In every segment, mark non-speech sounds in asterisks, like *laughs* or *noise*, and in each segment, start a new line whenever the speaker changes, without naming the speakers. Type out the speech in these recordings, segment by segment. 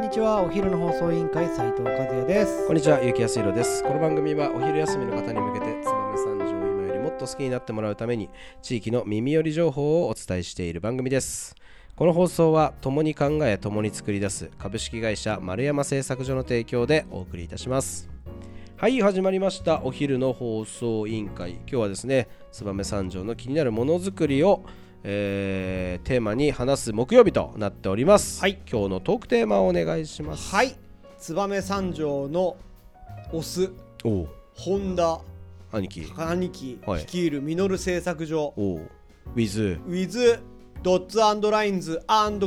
にちはお昼の放送委員会斉藤和也です
こんにちは、ゆうきやすいろです。この番組はお昼休みの方に向けて、燕三条を今よりもっと好きになってもらうために、地域の耳寄り情報をお伝えしている番組です。この放送は、共に考え、共に作り出す株式会社丸山製作所の提供でお送りいたします。はい、始まりました。お昼の放送委員会。今日はですね、燕三条の気になるものづくりを、えーテーマに話す木曜日となっております。
はい、
今日のトークテーマをお願いします。
はい燕三条のオス
おう
本田
兄貴。
兄貴
はい
率いるミノル製作所、
おお。ウィズ。
with ドッツラインズ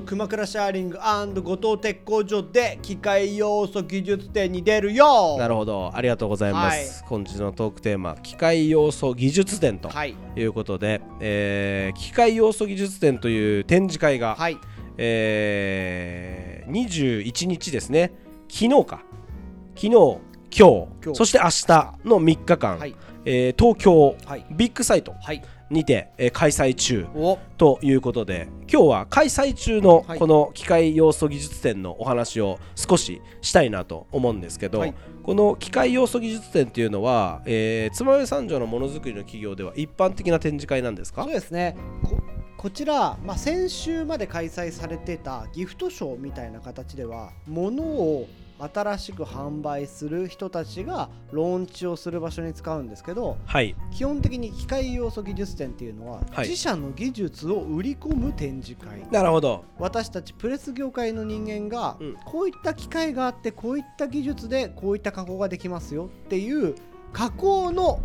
熊倉シャーリング後藤鉄工所で機械要素技術展に出るよ
なるほど、ありがとうございます。本日のトークテーマ、機械要素技術展と
はい
いうことで、えー機械要素技術展という展示会が、
はい
えー21日ですね、昨日か、昨日、今日、
今日
そして明日の3日間、
はい
えー東京、
はい
ビッグサイト
はい
にて、えー開催中。
お
ということで今日は開催中の
はい
この機械要素技術展のお話を少ししたいなと思うんですけど、
はい
この機械要素技術展っていうのは、えー、燕三条のものづくりの企業では一般的な展示会なんですか
そうですねここちら、まあ、先週まで開催されてたギフトショーみたいな形では物を新しく販売する人たちがローンチをする場所に使うんですけど
はい
基本的に機械要素技術展っていうのは、
はい
自社の技術を売り込む展示会
なるほど
私たちプレス業界の人間が、
うん
こういった機械があってこういった技術でこういった加工ができますよっていう加工の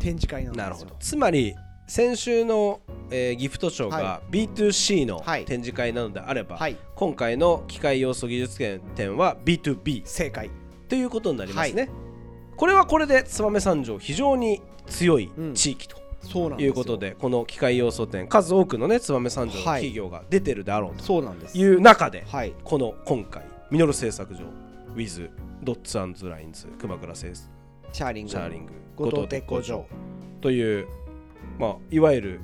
展示会なんですよ
なるほどつまり先週の、えーギフトショー
は
が B2C の
はい
展示会なのであれば、
はい
今回の機械要素技術展は B2B
正解
ということになりますね、これはこれで燕三条非常に強い地域と、
そうなん
と
です
い
よ
うことでこの機械要素展数多くのね燕三条の企業が出てるであろうと
そうなんです
いう中で、
はい
この今回ミノル製作所 with ドッツアンズラインズ熊倉製作
シャーリング
シャーリング
後藤鉄工所
という、まあ、いわゆる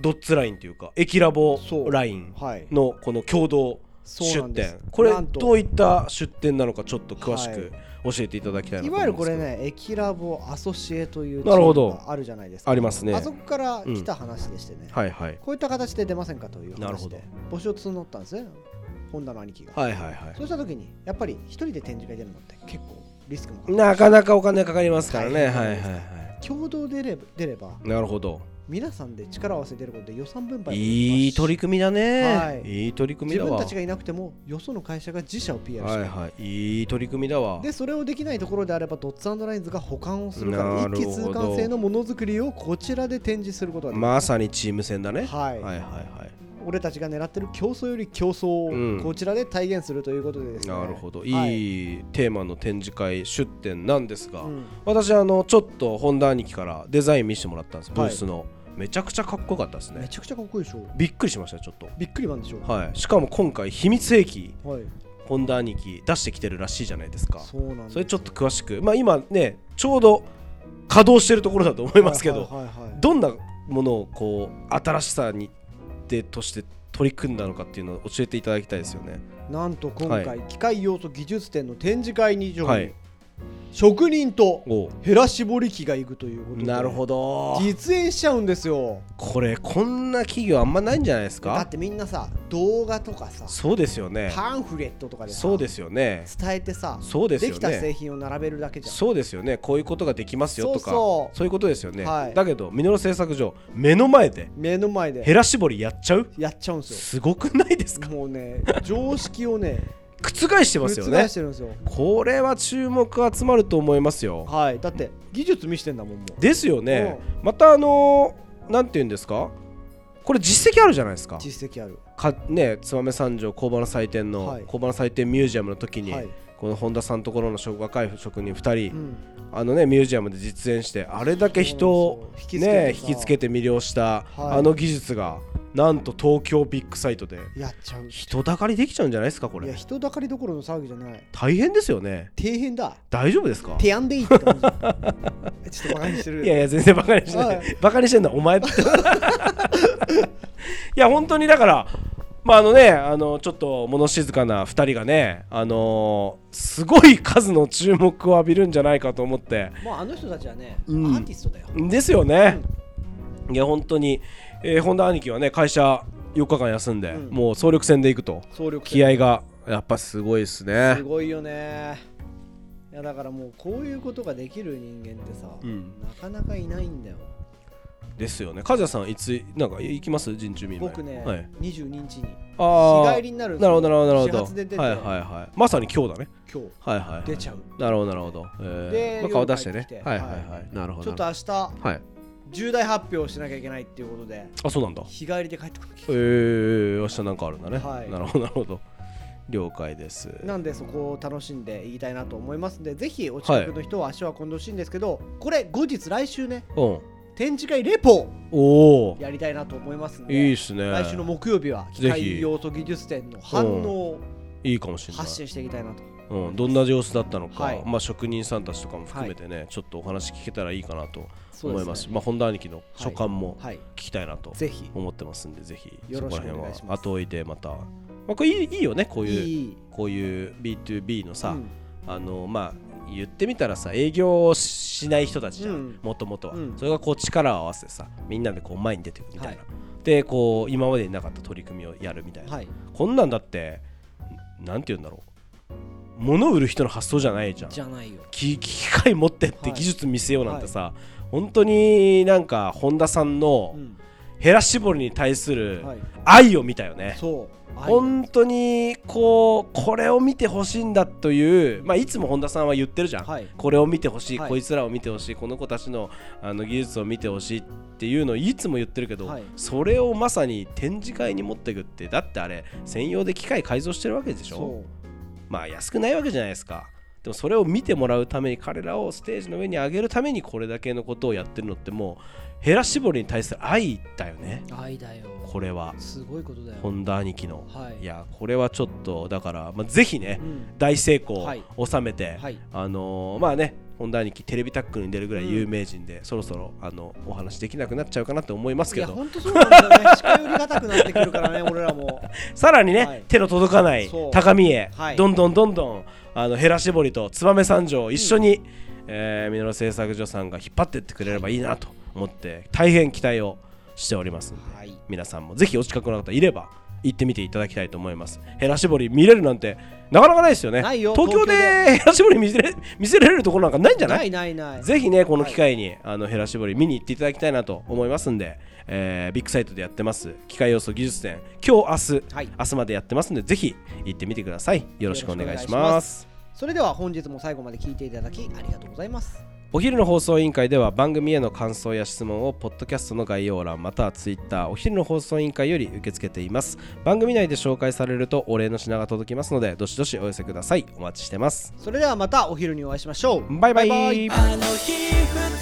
ドッツラインというか駅ラボ
そう
ライン
はい
のこの共同
そう
出
なんです
展これ
なんと
どういった出展なのかちょっと詳し
はい
く教えていただきたいないと
わ
思
ゆ
うん
る
で
こ
すけど
れねエキラボアソシエというチ
なるほ
ー
ど
ムがあるじゃないですか
ありますね
あそこから来た話でしてね、
はいはい
こういった形で出ませんかという
なる
話
ほ
で
ど
募集を募ったんですね本田の兄貴が、
はいはいはい
そうした時にやっぱり一人で展示会出るのって結構リスクもかかる
なかなかお金かかりますからね
大変
は
なん
いはい
です
は
共同でれば出れば
いなるほど
皆さんで力を合わせて出ることで予算分配もできますし
いい取り組みだね、
はい
い、い取り組み
自
だわ
分たちがいなくてもよその会社が自社を PR して
はいはいいい取り組みだわ
でそれをできないところであればドッツラインズが保管をするから
な
一
るほど
気通貫性のものづくりをこちらで展示することができる、
まさにチーム戦だね、
はい
はいはい
俺たちが狙ってる競争より競争
う
を
ん
こちらで体現するということでで
はい
すね、
なるほど、、
はい
いテーマの展示会出展なんですが、
うん
私あのちょっと本田兄貴からデザイン見せてもらったんですブ
はい
ースの、めちゃくちゃかっこよかったです
め
ね
ちゃくちゃかっこいいでしょ
びっくりしましたちょっと
びっくりマンでしょ
はいしかも今回秘密兵器
はい
本田兄貴出してきてるらしいじゃないですか
そうなんです
それちょっと詳しく、まあ、今ねちょうど稼働してるところだと思いますけど、
はいはいはいはい
どんなものをこう新しさにでとして取り組んだのかっていうのを教えていただきたいですよね。
なんと今回、
は
機械要素技術展の展示会に上に、
はい
職人と
お
ヘラ絞り機が行くということで
なるほど
実演しちゃうんですよ
これこんな企業あんまないんじゃないです
だっ
か
てみんなさ動画とかさ
そうですよね
パンフレットとかでさ
そうですよね
伝えてさ
そうです
で
よ
きた製
ね
品を並べるだけじゃん
そうですよねこういうことができますよとか
そうそう
いうことですよね、
はい
だけどミノル製作所目の前で
目の前
ヘ
で
ラ絞りやっちゃう
やっちゃうんです
すごくないです
よ
か
もうね常識をね
覆して
覆
ますよね
してるんですよ
これは注目集まると思いますよ。
はいだって技術見してんだもんもう
ですよね。またあのーなんて言うんですかこれ実績あるじゃないですか。
実績ある
かね燕三条工場の祭典の、
はい
工場の祭典ミュージアムの時に、
はい
この本田さんのところの職若い職人2
う
人、
ん
あのねミュージアムで実演してあれだけ人を
そうなん
ね
ですよ
引きつけ
て
て魅了し
は
た、
い
あの技術がなんと東京ビッグサイトで
さやっちゃう
人だかりできちゃうんじゃないですかこ
いや
れ。
人だかりどころの騒ぎじゃない
大変ですよね。
底辺だ
大丈夫ですか
手やんでいいって
*laughs*
感じちょっとバカにしてる
いやいや全然バカにして
は
ないいバカにしてんのはお前っていや本当にだからまああのねあのちょっと物静かな2人がねあのーすごい数の注目を浴びるんじゃないかと思って
もうあの人たちはね、
うん
アーティストだよ、
ですよね、いや本当に、えー、本田兄貴はね会社4日間休んで、
うん
もう総力戦でいくと
総力
気合がやっぱすごいですね
すごいよねいやだからもうこういうことができる人間ってさ、
うん
なかなかいないんだよ
ですよね和也さんいつなんか行きます陣中見舞い
僕ね、
はい、
22日に
あ
日
あ
帰りになるんです
なる
よ
ほどなるほどなる
始
ほ
発で出て、
どはいはいはいまさに今日だね
今日
はいはい、はい、
出ちゃう
なるほどなるほど、えー
で
まあ、顔出してね
夜帰ってきて
はいはいは
はい
なるほど
ちょっと
な
明
る
日
ほどはい
重大発表をしなきゃいけないっていうことで
あそうなんだ
日帰りで帰ってくる
えー、明日なんかあるんだね、
はい
なるほどなるほど了解です
なんでそこを楽しんでいきたいなと思いますんでぜひお近くの人は足を運んでほしいんですけど、これ後日来週ね
うんお
展示会レポ
おー
やりたいなと思いますんで
いいっすね
来週の木曜日は機
ぜひ
械要素技術展の反応を
いいかもしれない
発信していきたいなと
うん、どんな様子だったのか、
はい
まあ、職人さんたちとかも含めてね、ちょっとお話聞けたらいいかなと
そう
思
で
い
ね
ますまあ、本田兄貴の所感も
はい
聞きたいなと
ぜひ
思ってますんで、ぜひ
よろしくお願いします
そこら辺は後追いでまた、まあ、これいいいいよねこういう
いい
こういう B2B のさ、
うん
あのまあ言ってみたらさ営業をしない人たちじゃ
うんん
もともとは、
うん
それがこう力を合わせてさみんなでこう前に出てくみたいな、
はい
でこう今までになかった取り組みをやるみたいな、
はい
こんなんだってなんて言うんだろう物売る人の発想じゃないじゃん
じゃないよ
き機械持ってっ
は
て
い
技術見せようなんてさ、本当になんか本田さんの
うん
ヘラ絞りに対する
はい
愛を見たよね、
そうはい
本当にこうこれを見てほしいんだという、まあ、いつも本田さんは言ってるじゃん、
はい
これを見てほしい、
はい
こいつらを見てほしいこの子たちのあの技術を見てほしいっていうのをいつも言ってるけど、
はい
それをまさに展示会に持っていくってだってあれ専用で機械改造してるわけでしょ
そ
まあ安くないわけじゃないですかでもそれを見てもらうために彼らをステージの上に上げるためにこれだけのことをやってるのってもうヘラ絞りに対する愛だよね
う愛だよ
これは
すごいことだよ
本田兄貴の。
はい
いやこれはちょっとだから、まあ、ぜひね、
うん
大成功
はい
を収めて、
はい
あのーまあね本田兄貴テレビタックルに出るぐらい有名人で、そろそろあのお話できなくなっちゃうかなって思います
い
け
や
ど
本当そうなんだよね近寄りがたくなってくる
*laughs*
からね俺らも
さらにね、
はい
手の届かない
そう
高みへ、
はい
どんどんどんどんあのヘラ絞りと燕三条一緒に、えーミノル製作所さんが引っ張ってってくれればいいなと思って大変期待をしておりますので、
はい
皆さんもぜひお近くの方いれば行ってみていただきたいと思いますヘラ絞り見れるなんてなかなかないですよね
ないよ
東京で
東
ヘラ絞り見せれ見せれるところなんかないんじゃない
ないないない
ぜひねこの機会に、あのヘラ絞り見に行っていただきたいなと思いますんで、えービッグサイトでやってます機械要素技術展今日明日、
はい
明日までやってますんでぜひ行ってみてくださいよろしくお願いし
よろしくお願いし
ま
ますそれでは本日も最後まで聞いていただきありがとうございます
お昼の放送委員会では番組への感想や質問をポッドキャストの概要欄またはツイッターお昼の放送委員会より受け付けています番組内で紹介されるとお礼の品が届きますのでどしどしお寄せくださいお待ちしてます
それではまたお昼にお会いしましょう
バイバイ
バイバイ
あの日二